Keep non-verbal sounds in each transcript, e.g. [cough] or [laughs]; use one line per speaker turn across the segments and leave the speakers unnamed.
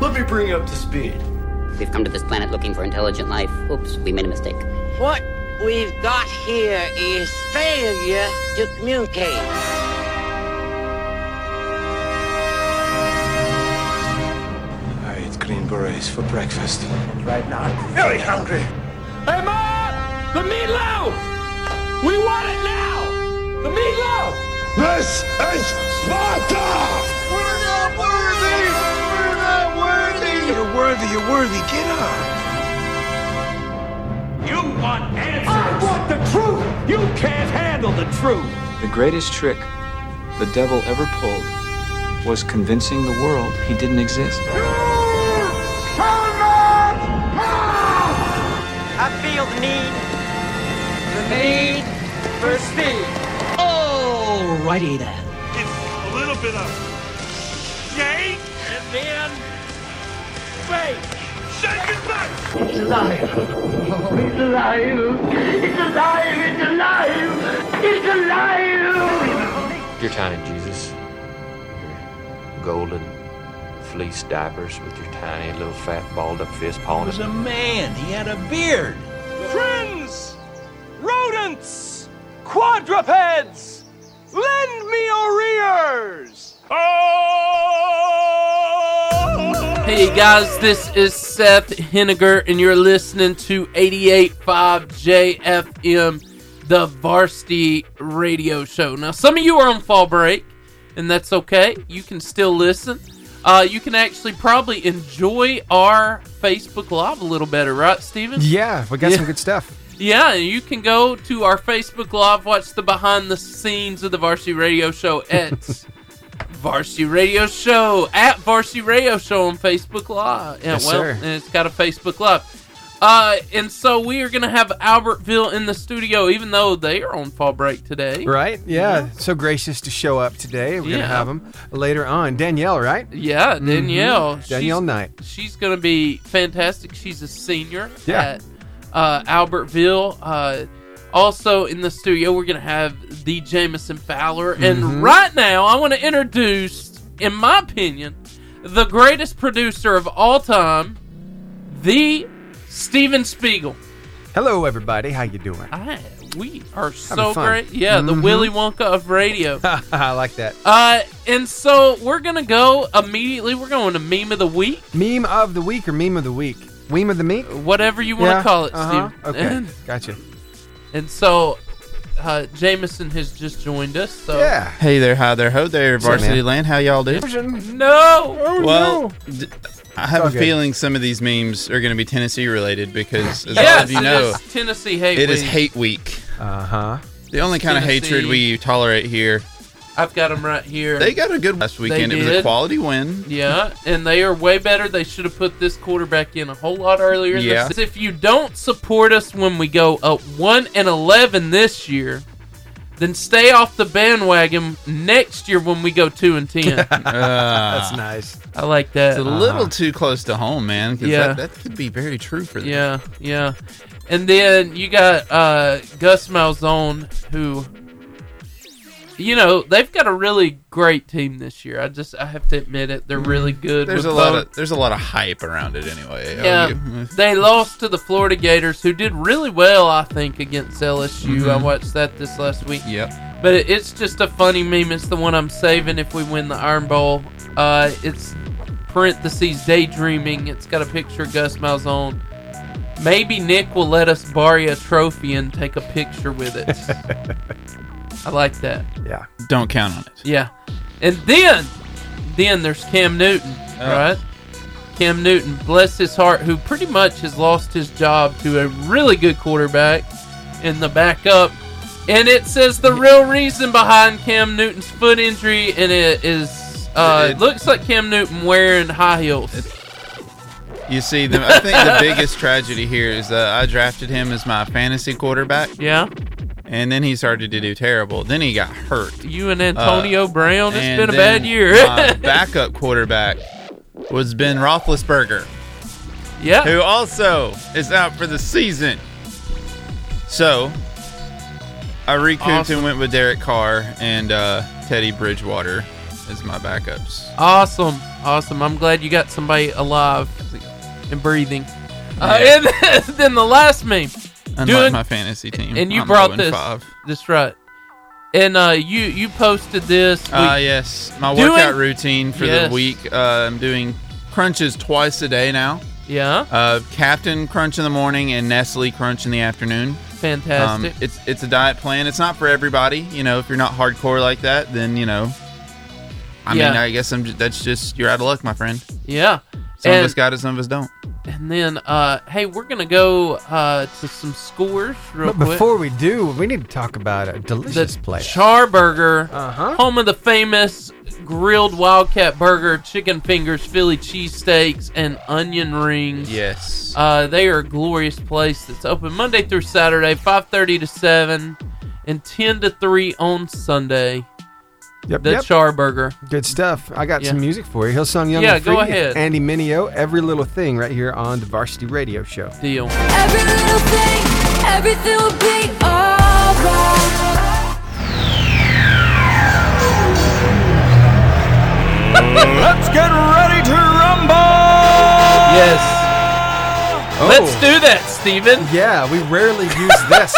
Let me bring you up to speed.
We've come to this planet looking for intelligent life. Oops, we made a mistake.
What we've got here is failure to communicate.
I eat green berets for breakfast.
Right now, I'm
Very hungry.
Hey, Mom! The meatloaf! We want it now! The meatloaf!
This is Sparta!
We're not worthy! We're not worthy!
You're worthy, you're worthy. Get up.
You want answers! I want the truth! You can't handle the truth!
The greatest trick the devil ever pulled was convincing the world he didn't exist.
I feel the need. The need for speed. Alrighty then.
It's a little bit of shake and then fake. Shake it back.
Your tiny Jesus. Your golden fleece diapers with your tiny little fat balled up fist pawing
was a man. He had a beard. Friends, rodents, quadrupeds, lend me your ears. Oh!
Hey guys, this is Seth Henniger, and you're listening to 88.5 JFM, the varsity radio show. Now, some of you are on fall break, and that's okay. You can still listen. Uh, you can actually probably enjoy our Facebook Live a little better, right, Steven?
Yeah, we got
Yeah.
some good
[laughs]
stuff.
Yeah, and you can go to our Facebook Live, watch the behind the scenes of the Varsity Radio Show
[laughs]
at Varsity Radio Show at Varsity Radio Show on Facebook Live. Yeah,
Yes,
well,
sir.
and it's got a Facebook Live. Uh, and so we are gonna have Albertville in the studio, even though they are on fall break today.
Right? Yeah. So gracious to show up today. We're
Yeah.
gonna have him later on. Danielle, right?
Yeah, Danielle.
Mm-hmm. Danielle
she's-
Knight.
She's going to be fantastic. She's a senior
Yeah.
at uh, Albertville. Uh, also in the studio, we're going to have the Jamison Fowler.
Mm-hmm.
And right now, I want to introduce, in my opinion, the greatest producer of all time, the Steven Spiegel.
Hello, everybody. How you doing?
I, we are
fun.
so
Mm-hmm.
great. Yeah, the Willy Wonka of radio.
[laughs] I like that.
uh, and so we're going to go immediately. We're going to meme of the week.
Meme of the week or meme of the week? Meme of the meek?
whatever you want to
Yeah,
call it,
uh-huh.
Steve.
Okay,
[laughs] And,
gotcha.
and so, uh, Jameson has just joined us. So
Yeah.
Hey there, hi there, ho there, Varsity
man? Oh,
Land. How y'all do?
no,
Well, d- I have
all
a
good.
feeling some of these memes are going to be Tennessee related because, as all
yes,
of you know,
it is Tennessee hate.
it is
week.
hate week.
Uh huh.
The only kind of
Tennessee.
hatred we tolerate here.
I've got them right here.
They got a good last weekend. It was
did.
a quality win.
yeah, and they are way better. They should have put this quarterback in a whole lot earlier. in the
Yeah.
season. If you don't support us when we go up one and eleven this year, then stay off the bandwagon next year when we go two
[laughs]
and ten.
Uh,
That's nice. Uh-huh.
I like
it's
that.
a little too close to home, man. 'cause
Yeah.
that, that could be very true for them.
Yeah, yeah. And then you got uh, Gus Malzone, who, you know, they've got a really great team this year. I just, I have to admit it. They're really good.
Mm. There's
with
a lot
both.
of there's a lot of hype around it anyway. Oh,
Yeah, they lost to the Florida Gators, who did really well, I think, against LSU. I watched that this last week.
Mm-hmm. Yep.
But it, it's just a funny meme. It's the one I'm saving if we win the Iron Bowl. Uh, it's parentheses daydreaming. It's got a picture of Gus Malzone. Maybe Nick will let us borrow a trophy and take a picture with
[laughs]
it. I like that.
Yeah.
Don't count on it.
Yeah. And then, then there's Cam Newton,
Oh.
right? Cam Newton, bless his heart, who pretty much has lost his job to a really good quarterback in the backup. And it says the real reason behind Cam Newton's foot injury, and it is uh,
It-
looks like Cam Newton wearing high heels.
You see, the, I think the biggest tragedy here is that I drafted him as my fantasy quarterback.
yeah,
and then he started to do terrible. Then he got hurt.
you and Antonio
Uh,
Brown. It's
And
been a
then
bad year.
my
[laughs]
backup quarterback was Ben Roethlisberger,
yeah,
who also is out for the season. So I recouped
Awesome.
and went with Derek Carr and uh, Teddy Bridgewater. as my backups.
Awesome. Awesome. I'm glad you got somebody alive and breathing. Uh,
Yeah.
and [laughs] then, the last meme.
Unlike
Doing-
my fantasy team.
And you
I'm
brought
0
this.
Five.
That's right. And uh, you you posted this.
Ah,
we-
yes. My
Doing-
workout routine for
Yes.
the week. Uh, I'm doing crunches twice a day now.
Yeah.
Uh, Captain Crunch in the morning and Nestle Crunch in the afternoon.
Fantastic.
Um, it's it's a diet plan. It's not for everybody. You know, if you're not hardcore like that, then you know. I mean,
Yeah.
I guess I'm. ju- That's just you're out of luck, my friend.
yeah.
Some
And-
of us got it, some of us don't.
And then, uh, hey, we're gonna go uh, to some scores real
But
quick.
before we do, we need to talk about a delicious
the
place.
Charburger,
Uh-huh.
home of the famous grilled Wildcat Burger, chicken fingers, Philly cheesesteaks, and onion rings.
Yes.
Uh, they are a glorious place that's open Monday through Saturday, 5.30 to 7, and 10 to 3 on Sunday.
Yep,
the
yep.
Charburger.
Good stuff. I got
Yeah.
some music for you. Hillsong Young
Yeah,
and
go
Free,
ahead.
Andy Minio, every little thing right here on the Varsity Radio Show.
Deal.
Every little thing, everything will be alright.
Let's get ready to rumble!
Yes. Let's
Oh.
do that, Steven.
Yeah, we rarely use this.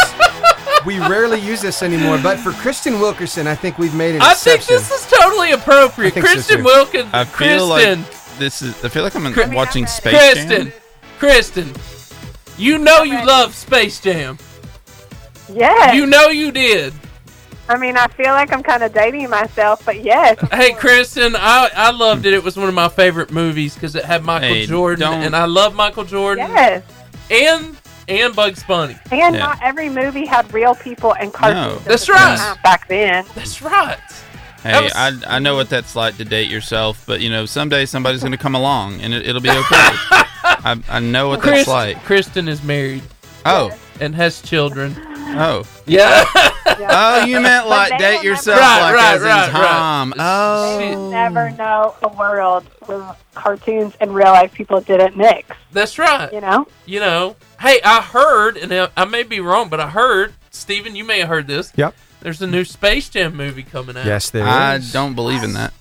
[laughs] we rarely use this anymore, but for Kristen Wilkerson, I think we've made an
I think
exception.
this is totally appropriate.
think so,
Christian
too.
Wilkins,
I feel
Kristen.
like this is. I feel like I'm
Cri-
watching Space
Kristen,
Jam.
Kristen, you know you love Space Jam.
Yes.
You know you did.
I mean, I feel like I'm kind of dating myself, but yes.
Hey, Kristen, I, I loved it. It was one of my favorite movies because it had Michael
Hey,
Jordan,
don't-
and I love Michael Jordan.
Yes.
And and Bugs Bunny.
And
Yeah.
not every movie had real people and cartoons.
No.
at
That's
the same
right.
time Back then.
That's right.
Hey,
was-
I, I know what that's like to date yourself, but you know someday somebody's going to come along and it, it'll be okay.
[laughs]
I, I know what that's
Chris-
like.
Kristen is married
Oh,
and has children.
oh,
Yeah.
oh! You meant like
they
date
will
yourself,
never-
like
[laughs] Right,
as
right, right,
in time.
They
Oh,
would never know a world where cartoons and real life people didn't mix,
That's right.
you know?
you know, hey, I heard, and I- I may be wrong, but I heard, Steven, you may have heard this.
Yep.
There's a new Space Jam movie coming out.
Yes, there is.
I don't believe in that.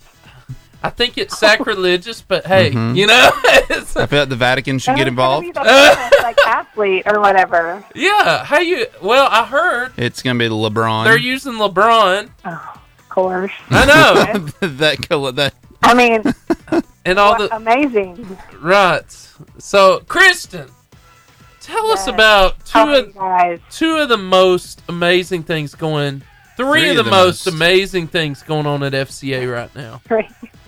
I think it's sacrilegious, but hey,
Mm-hmm.
Mhm.
you know, [laughs] it's,
I feel like the Vatican should get
That was gonna be
involved.
the famous, like [laughs] athlete or whatever.
[laughs] yeah. How you? Well, I heard
It's going to be
they're
LeBron.
using LeBron.
Of course.
[laughs]
I know,
that cool- that
I mean,
[laughs] and all
what
the
amazing.
rights. So, Kristen, tell us
Yes.
about two
How you
of
guys.
two of the most amazing things going. Three, of the, most Mm-hmm. amazing things going on at FCA right now.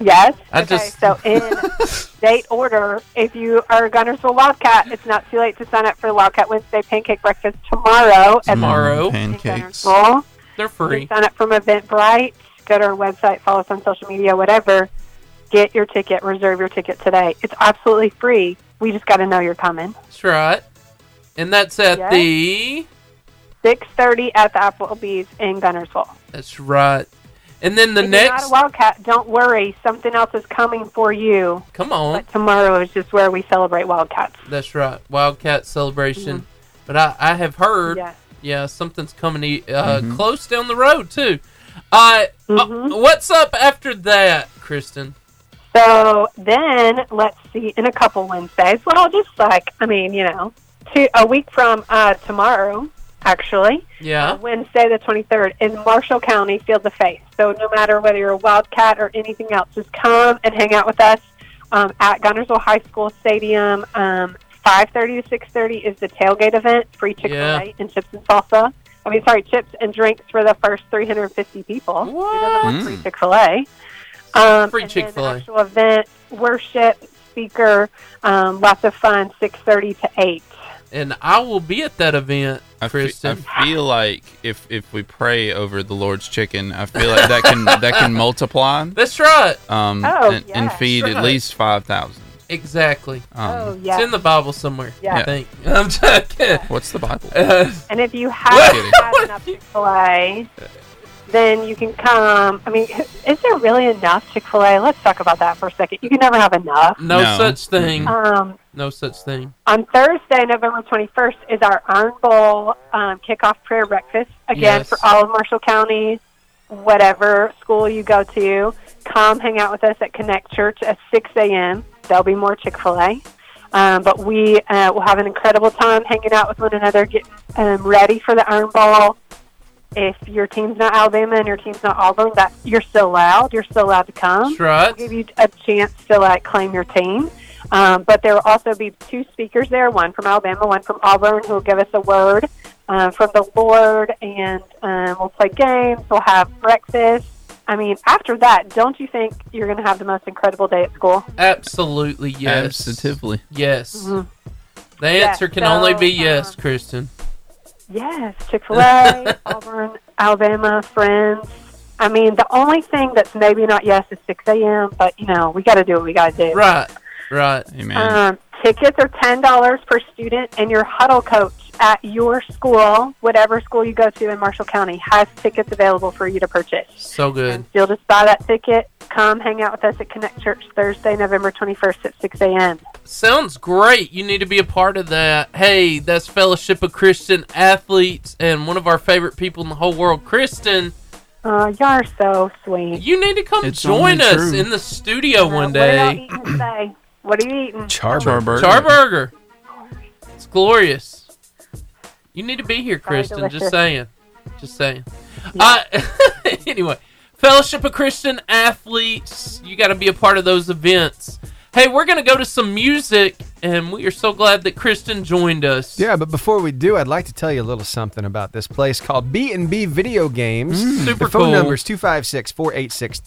Yes.
I
okay,
just-
so
[laughs]
in date order, if you are a Gunnersville Wildcat, it's not too late to sign up for Wildcat Wednesday Pancake Breakfast tomorrow at the
Tomorrow.
pancakes.
Gunnersville.
They're
You
free.
can sign up from Eventbrite. Go to our website, follow us on social media, whatever. Get your ticket, reserve your ticket today. It's absolutely free. We just got to know you're coming.
That's right. And that's at
Yeah.
the.
Six thirty at the Applebee's in Gunnersville.
That's right. And then the
if you're not
next.
a Wildcat, don't worry. Something else is coming for you.
Come on.
But tomorrow is just where we celebrate Wildcats.
That's right. Wildcat celebration.
Mm-hmm.
But I, I have heard.
Yes.
Yeah, something's coming e- uh, close down the road, too. Uh, uh,
Mm-hmm.
what's up after that, Kristen?
So then, let's see, in a couple Wednesdays, well, just like, I mean, you know, two, a week from uh, tomorrow, actually,
Yeah.
uh, Wednesday the 23rd, in Marshall County, Field of Faith. So no matter whether you're a Wildcat or anything else, just come and hang out with us um, at Gunnersville High School Stadium. Um, 5.30 to 6.30 is the tailgate event, free Chick-fil-A
Yeah.
and chips and salsa. I mean, sorry, chips and drinks for the first 350 people. Who doesn't want free Chick-fil-A? Um,
Free
and then the
Chick-fil-A.
actual event, worship, speaker, um, lots of fun, 6.30 to 8.
And I will be at that event,
I fe- I
Kristen.
feel like if if we pray over the Lord's chicken, I feel like that can that
[laughs]
can multiply um,
That's right.
Oh,
and, and
yeah.
feed
Right.
at least five thousand.
Exactly.
Um,
oh, yeah.
It's in the Bible somewhere, I
Yeah.
think. [laughs] I'm joking.
What's the
[laughs]
Bible?
Uh,
And if you have
Kidding.
had enough Chick Fil A, then you can come. I mean, [laughs] is there really enough Chick Fil A? Let's talk about that for a second. You can never have enough.
no,
No.
such thing.
Um,
No such thing.
on Thursday, November twenty first, is our Iron Bowl um, kickoff prayer breakfast again
Yes.
for all of Marshall County. whatever school you go to, come hang out with us at Connect Church at 6 a.m. There'll be more Chick fil A. Um, but we uh, will have an incredible time hanging out with one another, getting um, ready for the Iron Ball. If your team's not Alabama and your team's not Auburn, that you're still allowed. You're still allowed to come.
That's right.
We'll give you a chance to like claim your team. Um, but there will also be two speakers there, one from Alabama, one from Auburn, who will give us a word uh, from the Lord, and um, we'll play games. We'll have breakfast. I mean, after that, don't you think you're going to have the most incredible day at school?
Absolutely, yes.
Absolutely.
Yes.
Mhm.
The answer
Yeah,
can only
so, uh,
be yes, Kristen.
Yes, Chick fil A, Auburn, Alabama, friends. I mean, the only thing that's maybe not yes is 6 a.m., but, you know, we got to do what we got to do.
Right. Right.
Amen.
Um, tickets are ten dollars per student, and your huddle coach at your school, whatever school you go to in Marshall County, has tickets available for you to purchase.
so good.
You'll just buy that ticket. Come hang out with us at Connect Church Thursday, November twenty first at six a.m.
Sounds great. You need to be a part of that. Hey, that's Fellowship of Christian Athletes and one of our favorite people in the whole world, Kristen.
Oh, you are so sweet.
You need to come
It's
join
only
us
true.
in the studio one
What are
day.
y'all eating today? What are you
[clears throat]
eating?
Charburger.
Charburger. It's glorious. You need to be
Very
here, Kristen.
delicious.
Just saying. Just saying. Uh, [laughs] anyway, Fellowship of Christian Athletes, you got to be a part of those events. Hey, we're going to go to some music, and we are so glad that Kristen joined us.
Yeah, but before we do, I'd like to tell you a little something about this place called B&B Video Games.
Mm, Super
Their phone
cool.
number is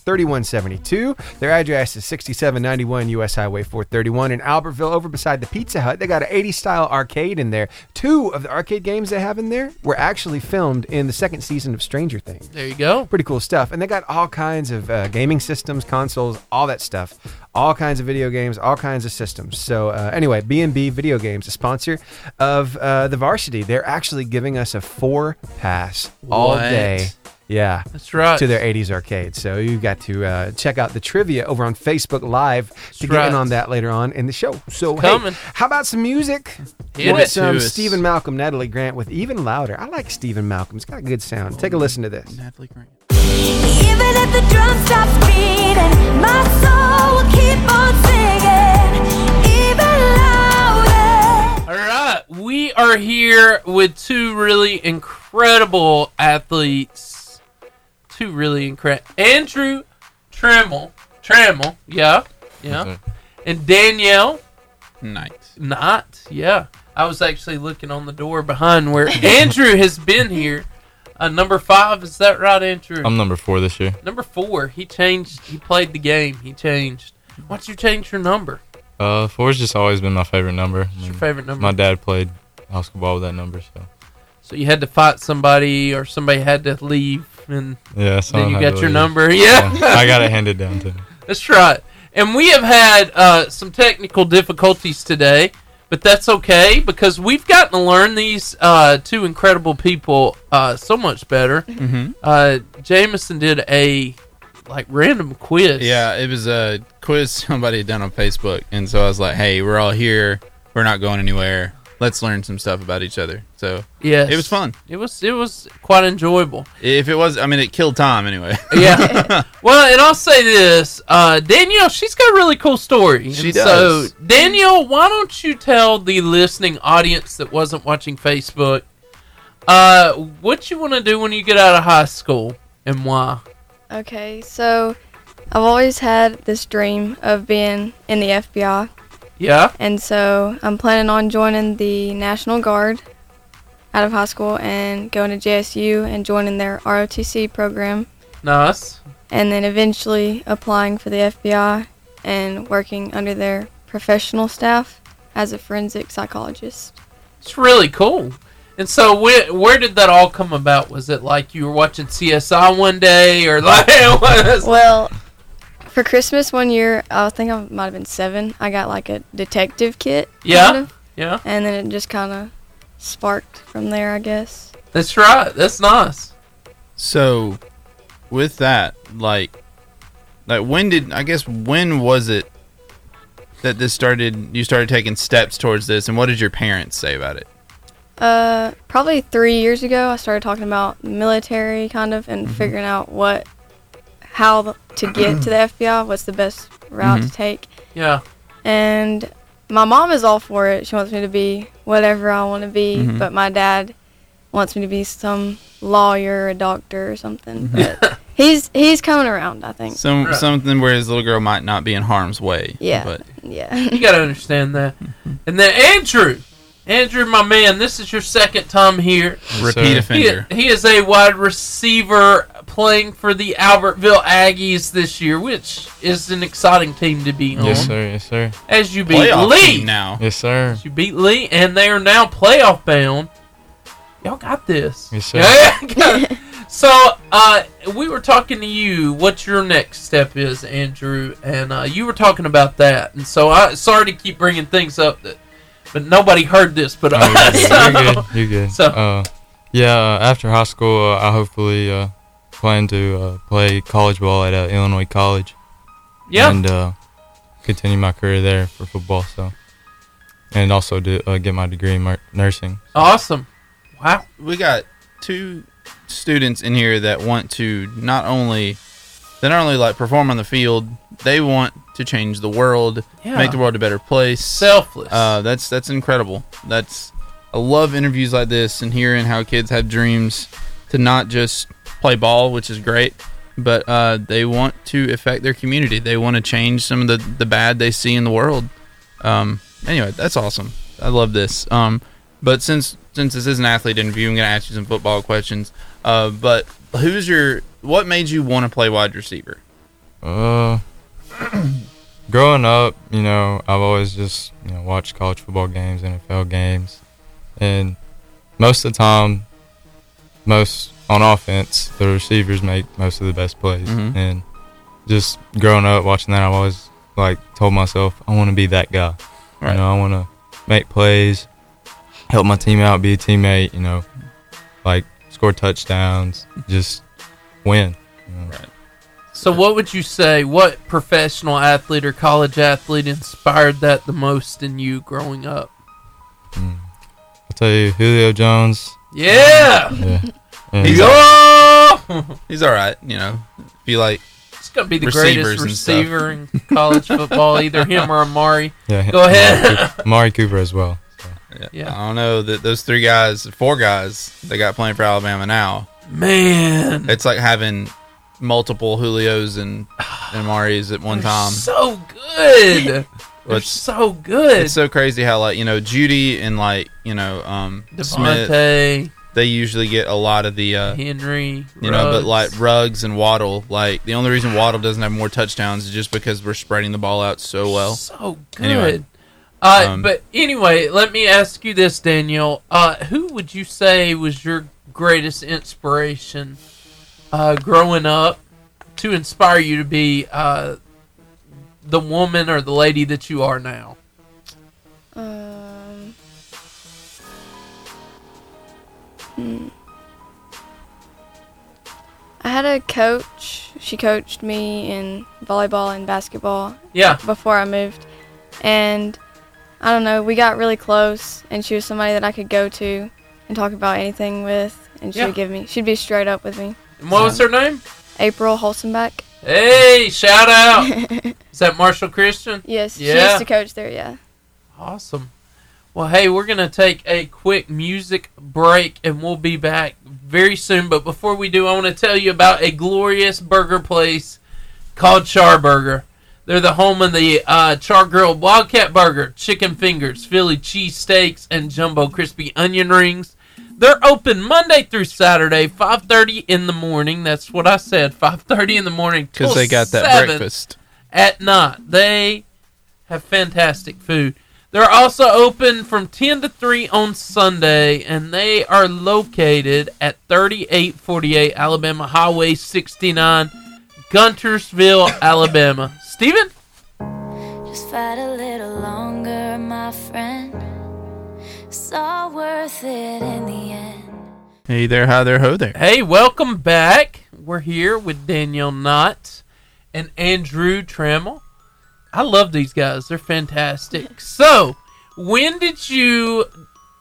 256-486-3172. Their address is 6791 US Highway 431 in Albertville over beside the Pizza Hut. They got an 80s style arcade in there. Two of the arcade games they have in there were actually filmed in the second season of Stranger Things.
There you go.
Pretty cool stuff. And they got all kinds of uh, gaming systems, consoles, all that stuff. All kinds of video games, all kinds of systems. So uh, anyway, B&B Video Games, a sponsor of uh, the Varsity, they're actually giving us a four pass all
What?
day. Yeah,
That's right.
To their 80s arcade. So you've got to uh, check out the trivia over on Facebook Live to get
right.
in on that later on in the show. So hey,
Coming.
how about some music?
Hit
Want
it.
some
To us.
Stephen Malcolm, Natalie Grant with even louder. I like Stephen Malcolm. It's got a good sound. Take a listen to this.
Natalie Grant.
Even if the drum stops beating, my soul will keep on singing. Even louder.
All right, we are here with two really incredible athletes. Two really incredible Andrew Trammell, Trammell, yeah, yeah,
Mhm.
and Danielle
Night.
Not, yeah. I was actually looking on the door
[laughs]
behind where Andrew has been here. Uh, number five, is that right, Andrew?
I'm number four this year.
number four. He changed. He played the game. He changed. Why'd you change your number?
Uh, four's just always been my favorite number. It's
your favorite number?
My dad played high school ball with that number, so
So you had to fight somebody, or somebody had to leave, and
yeah.
then
someone
you
had
got
to
your
leave.
number. Yeah,
I got it handed down to me.
[laughs] That's right. And we have had uh, some technical difficulties today, but that's okay because we've gotten to learn these uh, two incredible people uh, so much better.
Mhm.
Uh, Jameson did a like random quiz.
Yeah, it was a uh, quiz somebody had done on Facebook, and so I was like, "Hey, we're all here. We're not going anywhere. Let's learn some stuff about each other." So
Yes.
it was fun.
It was it was quite enjoyable.
If it was, I mean, it killed time anyway.
Yeah. well, and I'll say this, uh, Danielle, she's got a really cool story.
She
and
does.
So, Danielle, why don't you tell the listening audience that wasn't watching Facebook, uh, what you want to do when you get out of high school and why?
Okay, so I've always had this dream of being in the FBI.
Yeah.
And so I'm planning on joining the National Guard out of high school and going to JSU and joining their ROTC program
Nice.
and then eventually applying for the FBI and working under their professional staff as a forensic psychologist.
It's really cool. And so, where, where did that all come about? Was it like you were watching CSI one day, or [laughs] like it was-
Well, for Christmas one year, I think I might have been seven. I got like a detective kit.
Yeah,
kind of.
yeah.
And then it just kind of sparked from there, I guess.
That's right. That's nice.
So, with that, like, like when did I guess when was it that this started? You started taking steps towards this, and what did your parents say about it?
Uh, probably three years ago, I started talking about the military, kind of, and figuring out what, how th- to get to the FBI, what's the best route
Mhm.
to take.
Yeah. [laughs]
And my mom is all for it. She wants me to be whatever I want to be,
Mhm.
but my dad wants me to be some lawyer, a doctor, or something. But he's he's coming around, I think.
Some something where his little girl might not be in harm's way.
Yeah.
But
yeah. [laughs]
you gotta
[laughs]
understand that. And then Andrew, Andrew, my man, this is your second time here.
Yes, Repeat sir. offender.
He, he is a wide receiver playing for the Albertville Aggies this year, which is an exciting team to be on.
Yes, sir. Yes, sir.
As you beat Lee
Yes, sir.
You beat Lee, and they are now playoff bound. Y'all got this. [laughs]
Yes, sir.
so uh, we were talking to you. What your next step is, Andrew, and uh, you were talking about that. And so I sorry to keep bringing things up, that, but nobody heard this but
Oh, you're
us.
good. you're good. You're good.
So-
uh, yeah, uh, after high school, uh, I hopefully uh, plan to uh, play college ball at uh, Illinois College.
Yeah.
And uh, continue my career there for football. So, and also do uh, get my degree in mar- nursing.
Awesome. Wow.
We got two students in here that want to not only they not only like perform on the field, they want to change the world,
Yeah.
make the world a better place.
Selfless.
Uh, that's that's incredible. That's I love interviews like this and hearing how kids have dreams to not just play ball, which is great, but uh, they want to affect their community. They want to change some of the, the bad they see in the world. Um, anyway, that's awesome. I love this. Um, but since since this is an athlete interview, I'm going to ask you some football questions. Uh, but who's your what made you want to play wide receiver?
Uh, growing up, you know, I've always just you know watched college football games, NFL games, and most of the time, most on offense, the receivers make most of the best plays.
Mm-hmm.
Mhm.
And just growing up watching that, I've always like told myself I want to be that guy.
Right.
You know, I want to make plays, help my team out, be a teammate. You know, like score touchdowns, just win. you know.
So what would you say? What professional athlete or college athlete inspired that the most in you growing up?
Hmm. I'll tell you, Julio Jones.
Yeah.
Yeah. Yeah.
He's
all,
he's all right, you know. If you like,
It's gonna be the greatest receiver in college football, either him or Amari.
Yeah, him-
Go ahead.
Amari Cooper, Amari Cooper as well.
Yeah. I don't know that those three guys, four guys, they got playing for Alabama now.
Man.
it's like having multiple Julios and and Maris at one time.
so good.
um, Well,
They're
it's-
so good.
It's so crazy how like you know Judy and like you know um
Devontae.
Smith. They usually get a lot of the uh,
Henry,
you know, but
Ruggs.
like Ruggs and Waddle. Like the only reason Waddle doesn't have more touchdowns is just because we're spreading the ball out so Oh, well.
So good.
Anyway,
Uh,
um,
but anyway, let me ask you this, Daniel. Uh, who would you say was your greatest inspiration uh, growing up to inspire you to be uh, the woman or the lady that you are now?
Um, hmm. I had a coach. She coached me in volleyball and basketball.
Yeah.
Before I moved, and I don't know. We got really close, and she was somebody that I could go to and talk about anything with, and she
Yeah.
would give me. She'd be straight up with me.
And what was
Uh,
her name?
April Holsenbeck.
Hey, shout out. Is that Marshall Christian?
Yes, she
Yeah.
used to coach there. Yeah.
Awesome. Well, hey, we're going to take a quick music break and we'll be back very soon. But before we do, I want to tell you about a glorious burger place called Char Burger. They're the home of the uh, Char Grilled Wildcat Burger, Chicken Fingers, Philly Cheese Steaks, and Jumbo Crispy Onion Rings. They're open Monday through Saturday, 5.30 in the morning. That's what I said, 5.30 in the morning.
'Cause
till
they got that
7
breakfast.
At night. They have fantastic food. They're also open from 10 to 3 on Sunday, and they are located at 3848 Alabama Highway 69, Guntersville, Alabama. Steven?
Just fight a little longer, my friend. It's all worth it in the end.
Hey there, hi there, ho there.
Hey, welcome back. We're here with Danielle Knott and Andrew Trammell. I love these guys, they're fantastic. So, when did you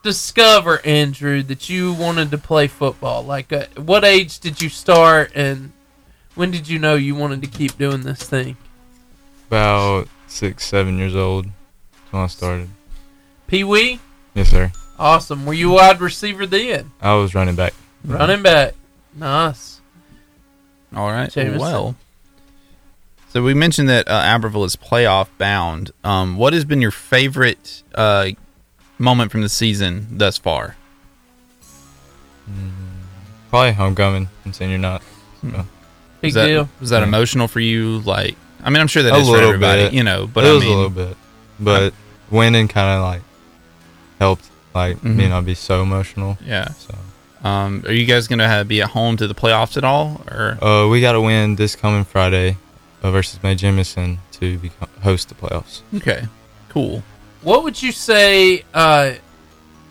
discover, Andrew, that you wanted to play football? Like, uh, what age did you start, and when did you know you wanted to keep doing this thing?
About six, seven years old is when I started.
Pee Wee,
Yes, sir.
awesome. Were you wide receiver then?
I was running back.
Running back, nice.
All right.
Jameson.
Well, so we mentioned that uh, Albertville is playoff bound. Um, what has been your favorite uh, moment from the season thus far?
Probably homecoming and senior night. So.
Big
was that,
deal.
Was that emotional for you? Like, I mean, I'm sure that
A
is for
little
everybody,
bit.
you know. But
it
I
was
mean,
a little bit, but winning kind of like helped like me not be so emotional.
Mm-hmm. yeah. Um, are you guys gonna have, be at home to the playoffs at all, or
Uh, we got to win this coming Friday uh, versus May Jemison to become, host the playoffs.
okay, cool.
What would you say uh,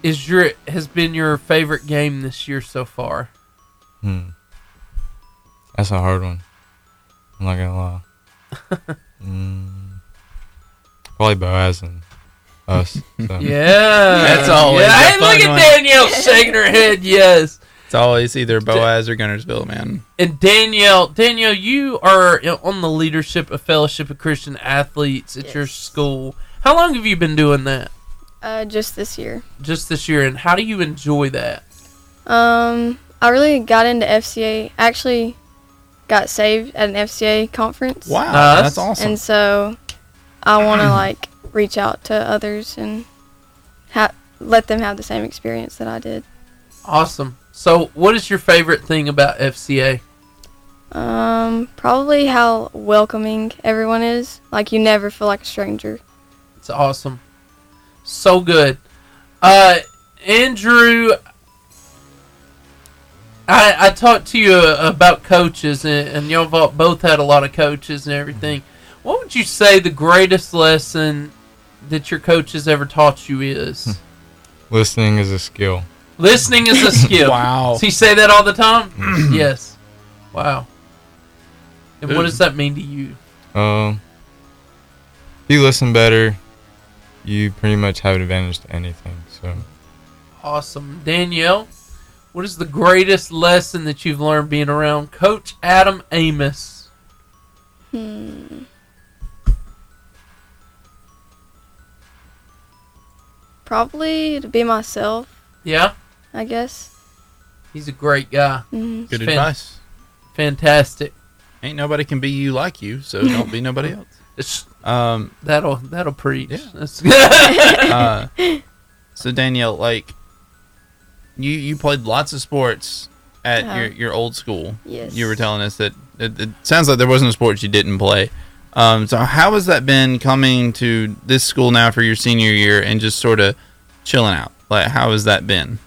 is your has been your favorite game this year so far?
Hmm. That's a hard one. I'm not gonna lie. mm. Probably Boaz and us. so.
Yeah,
that's always.
Yeah,
a
hey, look
fun
at
one. [laughs]
Danielle shaking her head. Yes,
It's always either Boaz or Gunnersville, man.
and Danielle, Danielle, you are on the leadership of Fellowship of Christian Athletes at your school. How long have you been doing that?
Uh, just this year.
Just this year, and how do you enjoy that?
Um, I really got into FCA. Actually, got saved at an FCA conference.
Wow, Nice. that's awesome.
And so, I
[clears throat]
want to like reach out to others and ha- let them have the same experience that I did.
Awesome. So, what is your favorite thing about FCA?
Um, probably how welcoming everyone is. Like you never feel like a stranger.
It's awesome. So good. Uh, Andrew, I, I talked to you uh, about coaches, and, and y'all bo- both had a lot of coaches and everything. What would you say the greatest lesson that your coach has ever taught you is?
Listening is a skill.
Listening is a skill. wow. So you say that all the time? yes. Wow. And what does that mean to you?
Um, if you listen better, you pretty much have an advantage to anything. So
Awesome. Danielle, what is the greatest lesson that you've learned being around Coach Adam Amos?
Hmm. Probably to be myself,
Yeah?
I guess.
He's a great guy.
Mhm.
Good
Fan-
advice.
Fantastic.
Ain't nobody can be you like you, so don't be nobody else. um,
that'll that'll preach. That's- [laughs]
uh, so Danielle, like you you played lots of sports at
Yeah.
your, your old school.
Yes.
You were telling us that it, it sounds like there wasn't a sport you didn't play. Um, so how has that been coming to this school now for your senior year and just sort of chilling out? Like how has that been?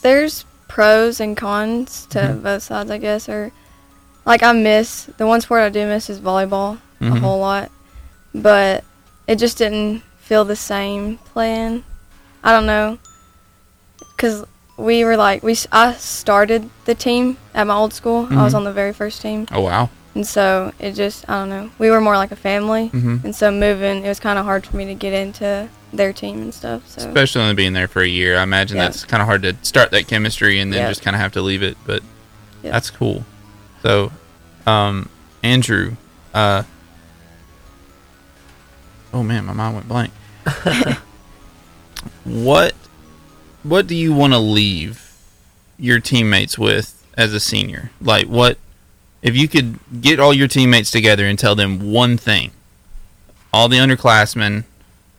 There's pros and cons to
Mm-hmm.
both sides, I guess. Or like I miss the one sport I do miss is volleyball a
Mhm.
whole lot, but it just didn't feel the same playing. I don't know, cause we were like we s- I started the team at my old school. I was
Mhm.
on the very first team.
Oh wow.
And so it just, I don't know. We were more like a family.
Mhm.
And so moving, it was kind of hard for me to get into their team and stuff. So
Especially only being there for a year. I imagine
Yeah.
that's kind of hard to start that chemistry and then
Yeah.
just kind of have to leave it, but
Yeah.
that's cool. So, um, Andrew, uh, oh man, my mind went
[laughs]
blank. what, what do you want to leave your teammates with as a senior? Like, what if you could get all your teammates together and tell them one thing? All the underclassmen,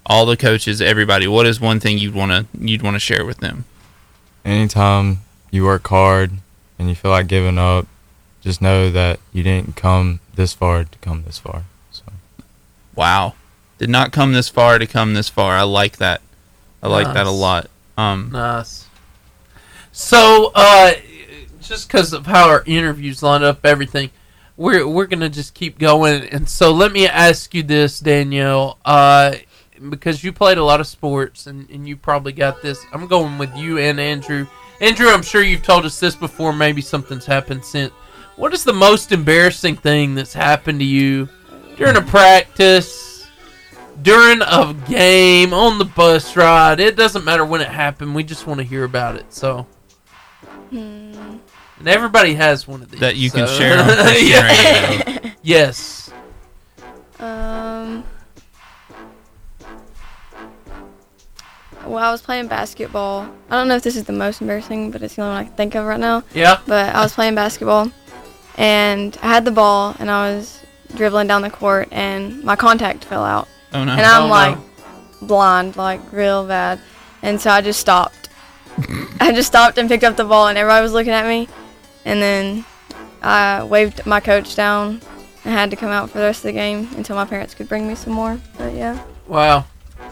all the coaches, everybody. What is one thing you'd want to you'd want to share with them?
anytime you work hard and you feel like giving up, just know that you didn't come this far to come this far. So
Wow. Did not come this far to come this far. I like that. I like that a
Nice.
lot. Um
nice. So, uh, just because of how our interviews line up, everything, we're we're gonna just keep going. And so, let me ask you this, Danielle, uh, because you played a lot of sports, and, and you probably got this. I'm going with you and Andrew. Andrew, I'm sure you've told us this before. Maybe something's happened since. What is the most embarrassing thing that's happened to you during a practice, during a game, on the bus ride. It doesn't matter when it happened. We just want to hear about it. So,
Hmm,
and everybody has one of these
That you can
so- [laughs]
[laughs] share on Christian radio.
Yes.
Um. Well, I was playing basketball. I don't know if this is the most embarrassing, but it's the only one I can think of right now.
Yeah.
But I was playing basketball, and I had the ball, and I was dribbling down the court, and my contact fell out.
Oh, no.
And I'm
Oh, no.
like blind, like real bad, and so I just stopped. I just stopped and picked up the ball, and everybody was looking at me, and then I waved my coach down and had to come out for the rest of the game until my parents could bring me some more. But yeah.
Wow.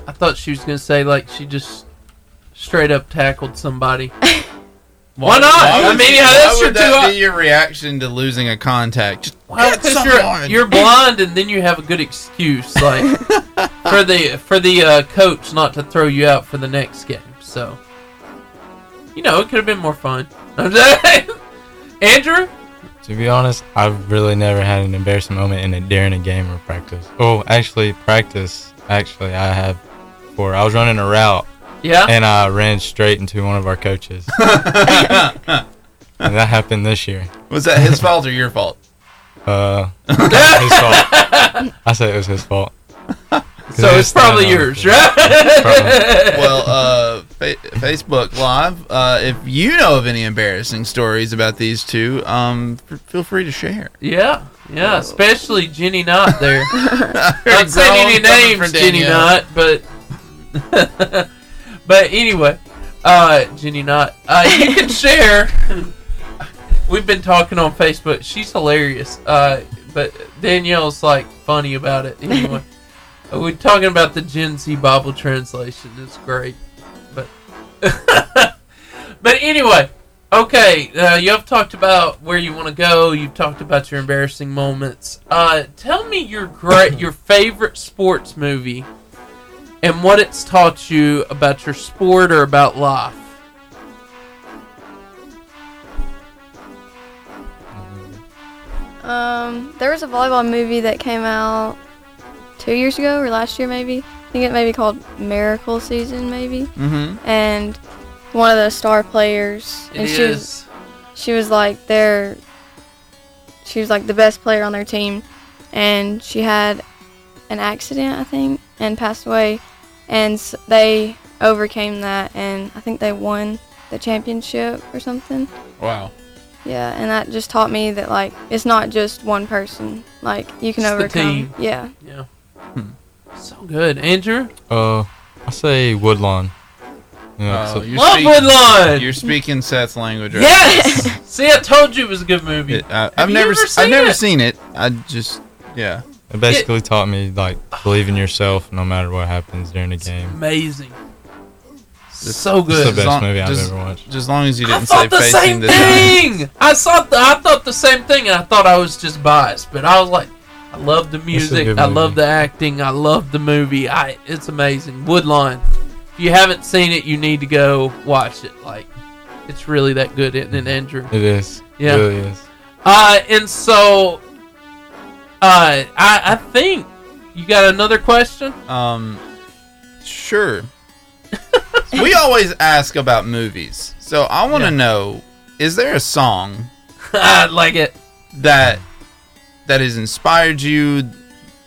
I thought she was gonna say like she just straight up
[laughs]
tackled somebody. Why, not? I
would
mean,
you-
yeah,
why
that's
would
your two.
that
op-
be your reaction to losing a contact? Just
Well,
hit
'cause
someone.
you're, you're blind, and then you have a good excuse, like for the for the uh, coach not to throw you out for the next game. So, you know, it could have been more fun. [laughs] I'm just- [laughs] Andrew,
To be honest, I've really never had an embarrassing moment in a, during a game or practice. Oh, actually, practice. Actually, I have. Before I was running a route.
Yeah?
And I ran straight into one of our coaches. and that happened this year.
Was that his fault or your
[laughs]
fault?
Uh, his fault. I say it was his fault. 'Cause
[laughs] So
he
it's
was
probably
standing on
[laughs]
yours,
the
right?
field. Probably.
well, uh, fa- Facebook Live, uh, if you know of any embarrassing stories about these two, um, f- feel free to share.
yeah, yeah,
Uh,
especially Jenny
[laughs]
Knott there. not
growl
saying any
coming from
names, Jenny
Danielle.
Knott, but but [laughs] anyway, uh, Jenny Knott, uh,
[laughs]
you can share. We've been talking on Facebook. She's hilarious, uh, but Danielle's like funny about it.
[laughs]
Anyway, Uh, we're talking about the Gen Z Bible translation. It's great, but [laughs] but anyway. Okay, uh, you have talked about where you want to go. You've talked about your embarrassing moments. Uh, tell me your great, your favorite sports movie, and what it's taught you about your sport or about life.
Um, there was a volleyball movie that came out two years ago or last year maybe. I think it may be called Miracle Season maybe.
Mm-hmm.
Mhm.
And one of the star players and
It
she was she was like their she was like the best player on their team and she had an accident I think and passed away and s- they overcame that and I think they won the championship or something.
Wow.
Yeah, and that just taught me that like it's not just one person. Like you can
It's the
overcome.
team.
Yeah.
Yeah. So good, Andrew.
Uh, I say Woodlawn. Yeah,
Uh,
so-
you're
Love
speaking-
Woodlawn!
You're speaking Seth's language. Right?
Yes. See, I told you it was a good movie.
It- I,
Have
I've
you
never,
ever
s- I've
seen
never
it?
seen it. I just, yeah.
It basically taught me like believe in yourself no matter what happens during the game.
Amazing. so
It's the
good.
best
long-
movie I've
just-
ever watched.
As long as you
I
didn't say
thought the
facing
same
the
thing. I thought the, I thought the same thing, and I thought I was just biased. But I was like, I love the music,
good
I love the acting, I love the movie. I it's amazing. Woodlawn. If you haven't seen it, you need to go watch it. Like, it's really that good, isn't it, Andrew?
It is.
Yeah.
It really is.
Uh, and so, uh, I I think you got another question. [laughs]
Um, sure. we always ask about movies, so I want to know: is there a song?
I like it
that that has inspired you.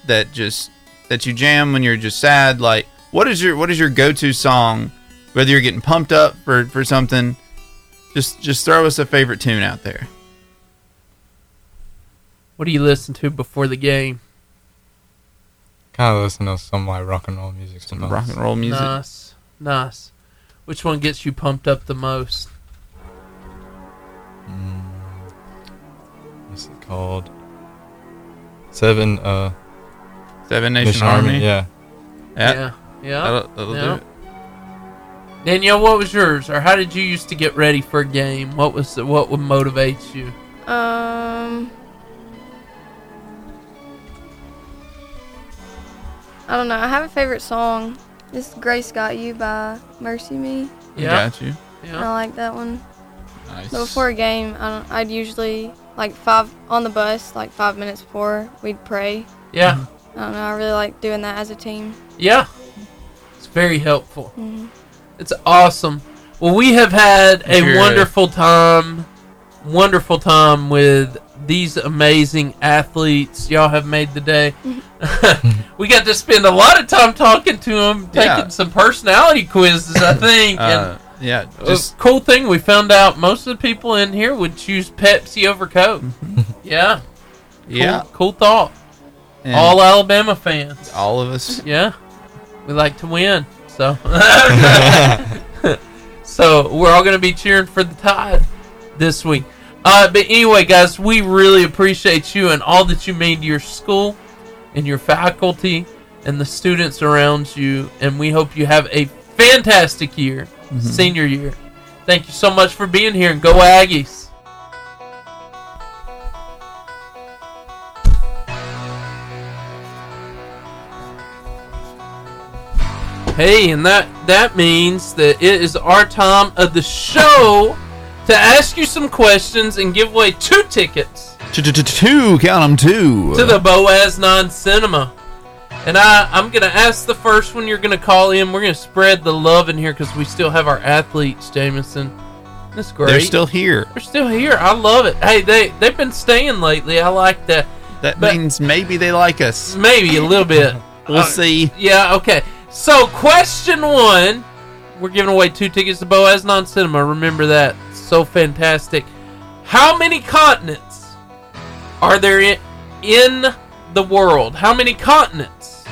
That just that you jam when you're just sad. Like, what is your what is your go to song? Whether you're getting pumped up for for something, just just throw us a favorite tune out there.
What do you listen to before the game?
Kind of listen to some like rock and roll music. Some
rock and roll
Nice, nice. Which one gets you pumped up the most?
What's it called? Seven. Uh.
Seven Nation Army?
Yeah.
Yeah.
Yeah, yeah,
That'll- that'll do
yeah. Danielle, what was yours, or how did you used to get ready for a game? What was the, what would motivate you?
Um. I don't know. I have a favorite song. It's "Grace Got You" by Mercy Me.
Yeah. Got you.
I like that one.
Nice.
But before a game, I don't, I'd usually like five on the bus, like five minutes before we'd pray.
Yeah.
I don't know. I really like doing that as a team.
Yeah. It's very helpful. It's awesome. Well, we have had a
If you're-
wonderful time, wonderful time with these amazing athletes y'all have made today. [laughs] we got to spend a lot of time talking to them, taking
Yeah.
some personality quizzes, I think. and
Uh, [laughs] yeah,
a
just-
cool thing we found out most of the people in here would choose Pepsi over Coke. yeah. Cool-
Yeah.
Cool thought.
And-
All Alabama fans.
All of us.
[laughs] Yeah. We like to win. So So we're all gonna be cheering for the tide this week. Uh, but anyway, guys, we really appreciate you and all that you mean to your school and your faculty and the students around you. And we hope you have a fantastic year,
Mhm.
senior year. Thank you so much for being here and go Aggies. Hey, and that that means that it is our time of the show to ask you some questions and give away two tickets
Two, count them two.
to the Boaz Non Cinema. And I, I'm gonna ask the first one. You're gonna call in. We're gonna spread the love in here because we still have our athletes, Jamison. That's great.
They're still here.
They're still here. I love it. Hey, they they've been staying lately. I like that.
That means maybe they like us.
Maybe a little bit.
We'll see.
Yeah. Okay. So question one, we're giving away two tickets to Boaz Non Cinema. Remember that. So fantastic. How many continents are there in, in the world? How many continents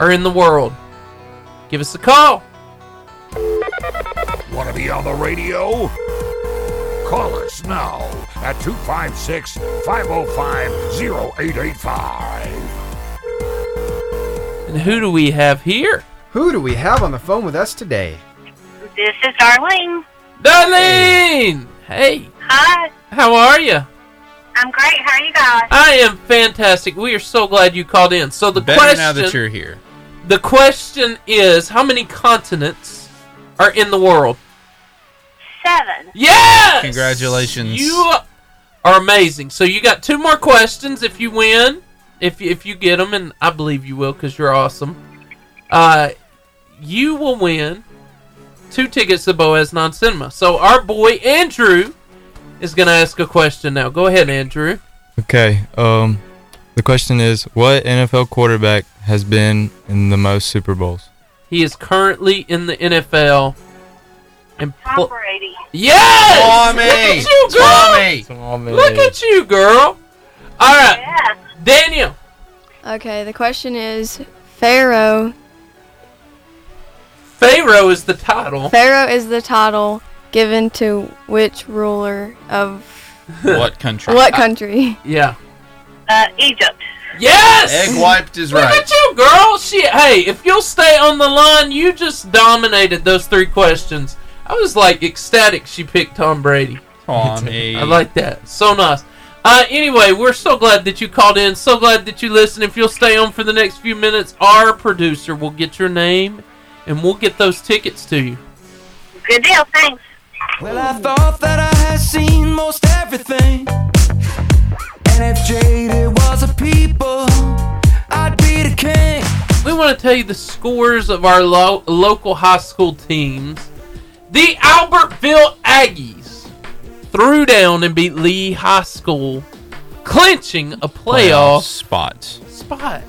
are in the world? Give us a call.
Want to be on the radio? Call us now at 256 505 0885.
And who do we have here?
Who do we have on the phone with us today?
This is Darlene.
Darlene. Hey.
Hi.
How are you?
I'm great. How are you guys?
I am fantastic. We are so glad you called in. So the
Better
question
now that you're here.
The question is how many continents are in the world?
Seven.
Yes!
Congratulations.
You are amazing. So you got two more questions if you win, if you, if you get them and I believe you will cuz you're awesome. Uh you will win two tickets to Boaz Non Cinema. So our boy Andrew is going to ask a question now. Go ahead, Andrew.
Okay. Um, the question is, what NFL quarterback has been in the most Super Bowls?
He is currently in the NFL. And pl-
Brady.
Yes!
Tommy!
Look at you, girl! [laughs] Look at you, girl! All right, Daniel.
Okay, the question is Pharaoh.
Pharaoh is the title.
Pharaoh is the title given to which ruler of
What country?
what country?
yeah.
Uh, Egypt.
Yes!
Uh, Egg wiped is
Look
right.
at you, girl! Shit, hey, if you'll stay on the line, you just dominated those three questions. I was like ecstatic she picked Tom Brady.
Tommy.
I like that. So nice. Uh, anyway, we're so glad that you called in. So glad that you listened. If you'll stay on for the next few minutes, our producer will get your name and we'll get those tickets to you.
Good deal. Thanks.
Well, I thought that I had seen most everything. And if jaded was a people, I'd be the king.
We want to tell you the scores of our lo- local high school teams. The Albertville Aggies threw down and beat Lee High School, clinching a playoff
spot.
spot.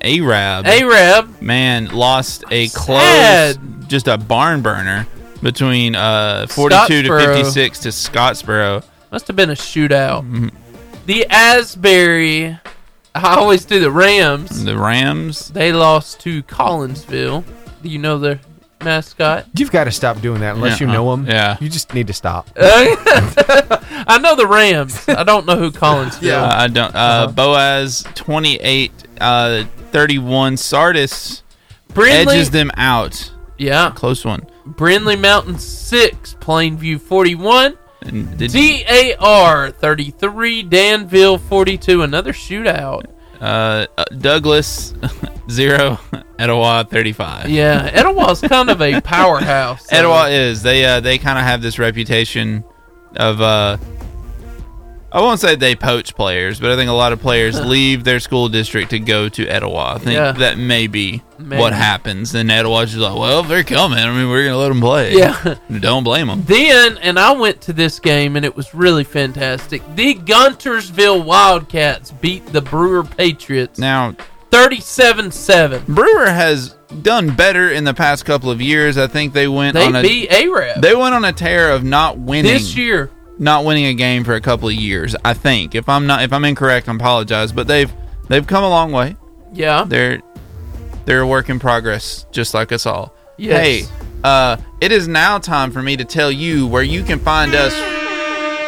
Arab.
Arab.
Man, lost a close,
Sad.
just a barn burner between uh, 42 to
Scottsboro.
56 to Scottsboro.
Must have been a shootout. The Asbury, I always do the Rams.
The Rams.
They lost to Collinsville. Do you know their mascot? [laughs]
You've got to stop doing that unless you
Yeah, uh,
know them.
yeah.
You just need to stop.
I know the Rams. I don't know who Collinsville.
Uh, I don't. Uh,
Uh-huh.
Boaz 28, uh, 31. Sardis
Brindley-
edges them out.
Yeah.
Close one.
Brindley Mountain 6, Plainview 41.
did-
DAR 33, Danville 42. Another shootout.
Uh, uh, Douglas, [laughs] 0. Etowah, 35.
Yeah, Etowah's kind of
[laughs]
a powerhouse.
Etowah is. They uh, they kind of have this reputation of uh, I won't say they poach players, but I think a lot of
[laughs]
players leave their school district to go to Etowah. I think
Yeah.
that may be
Maybe.
what happens. And Etowah's just like, well, they're coming. I mean, we're going to let them play.
Yeah.
[laughs] Don't blame them.
Then, and I went to this game and it was really fantastic. The Guntersville Wildcats beat the Brewer Patriots.
Now,
37 7.
Brewer has done better in the past couple of years. I think they went
They
on a
beat Arab.
They went on a tear of not winning
This year.
Not winning a game for a couple of years, I think. If I'm not if I'm incorrect, I apologize, but they've they've come a long way.
Yeah.
They're they're a work in progress just like us all.
Yes.
Hey, uh it is now time for me to tell you where you can find us. [laughs]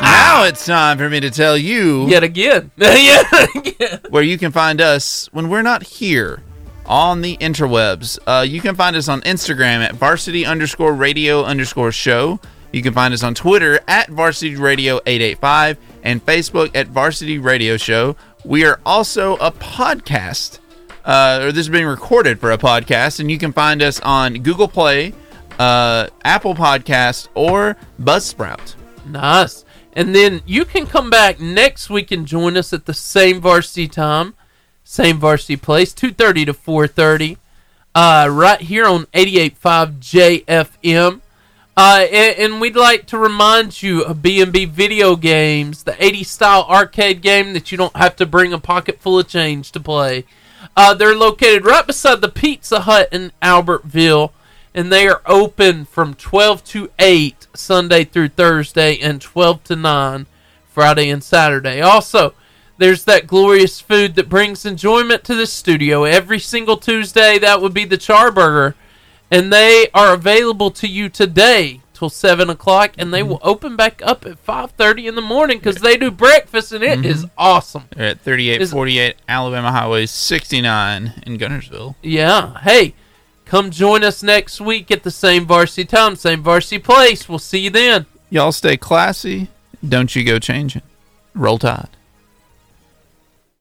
now it's time for me to tell you
Yet again. [laughs] Yet again.
where you can find us when we're not here on the interwebs. Uh, you can find us on Instagram at varsity underscore radio underscore show. You can find us on Twitter at varsity radio 885 and Facebook at varsity radio show. We are also a podcast, uh, or this is being recorded for a podcast, and you can find us on Google Play, uh, Apple Podcast, or Buzzsprout.
Nice. And then you can come back next week and join us at the same varsity time, same varsity place, 2.30 to 4.30, uh, right here on 88.5 JFM. Uh, and, and we'd like to remind you of B&B Video Games, the 80 style arcade game that you don't have to bring a pocket full of change to play. Uh, they're located right beside the Pizza Hut in Albertville and they are open from 12 to 8 Sunday through Thursday and 12 to 9 Friday and Saturday. Also, there's that glorious food that brings enjoyment to the studio every single Tuesday. That would be the Charburger. And they are available to you today till 7 o'clock. And they will open back up at 5.30 in the morning because they do breakfast and it is awesome.
They're at 3848 Alabama Highway 69 in Gunnersville.
Yeah. Hey, come join us next week at the same varsity time, same varsity place. We'll see you then.
Y'all stay classy. Don't you go changing. Roll Tide.